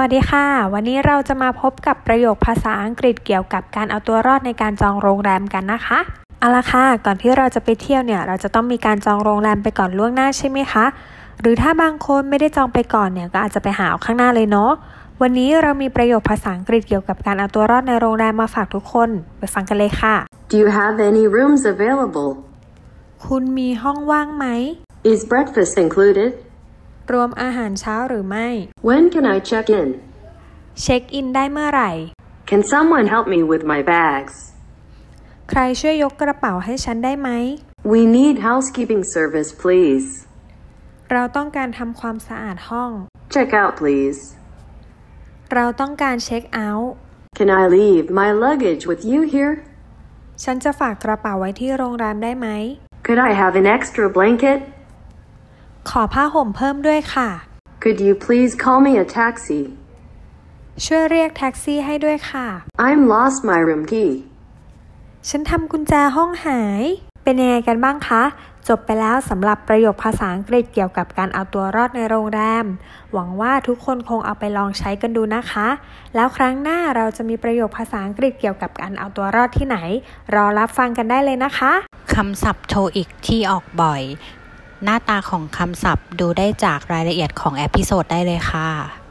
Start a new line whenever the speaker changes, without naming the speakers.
วัสดีค่ะ วันนี้เราจะมาพบกับประโยคภาษาอังกฤษเกี่ยวกับการเอาตัวรอดในการจองโรงแรมกันนะคะเอาละค่ะก่อนที่เราจะไปเที่ยวเนี่ย เราจะต้องมีการจองโรงแรมไปก่อนล่วงหน้าใช่ไหมคะ หรือถ้าบางคนไม่ได้จองไปก่อนเนี่ยก็อาจจะไปหาเอาข้างหน้าเลยเนาะวันนี้เรามีประโยคภาษาอังกฤษเกี่ยวกับการเอาตัวรอดในโรงแรมมาฝากทุกคนไปฟังกันเลยค่ะ
Do you have any rooms available?
คุณมีห้องว่างไหม
Is breakfast included?
รวมอาหารเช้าหรือไม่
When can I check in?
เช็คอินได้เมื่อไหร่
Can someone help me with my bags?
ใครช่วยยกกระเป๋าให้ฉันได้ไหม
We need housekeeping service, please.
เราต้องการทำความสะอาดห้อง
Check out, please.
เราต้องการเช็คเอาท์
Can I leave my luggage with you here?
ฉันจะฝากกระเป๋าไว้ที่โรงแรมได้ไหม
Could I have an extra blanket?
ขอผ้าห่มเพิ่มด้วยค่ะ
Could you please call me a taxi?
ช่วยเรียกแท็กซี่ให้ด้วยค่ะ
I'm lost my room key.
ฉันทำกุญแจห้องหาย เป็นยังไงกันบ้างคะ จบไปแล้วสำหรับประโยคภาษาอังกฤษเกี่ยวกับการเอาตัวรอดในโรงแรม หวังว่าทุกคนคงเอาไปลองใช้กันดูนะคะ แล้วครั้งหน้าเราจะมีประโยคภาษาอังกฤษเกี่ยวกับการเอาตัวรอดที่ไหน รอรับฟังกันได้เลยนะคะ
คำศัพท์โทอีกที่ออกบ่อย หน้าตาของคำศัพท์ดูได้จากรายละเอียดของเอพิโซดได้เลยค่ะ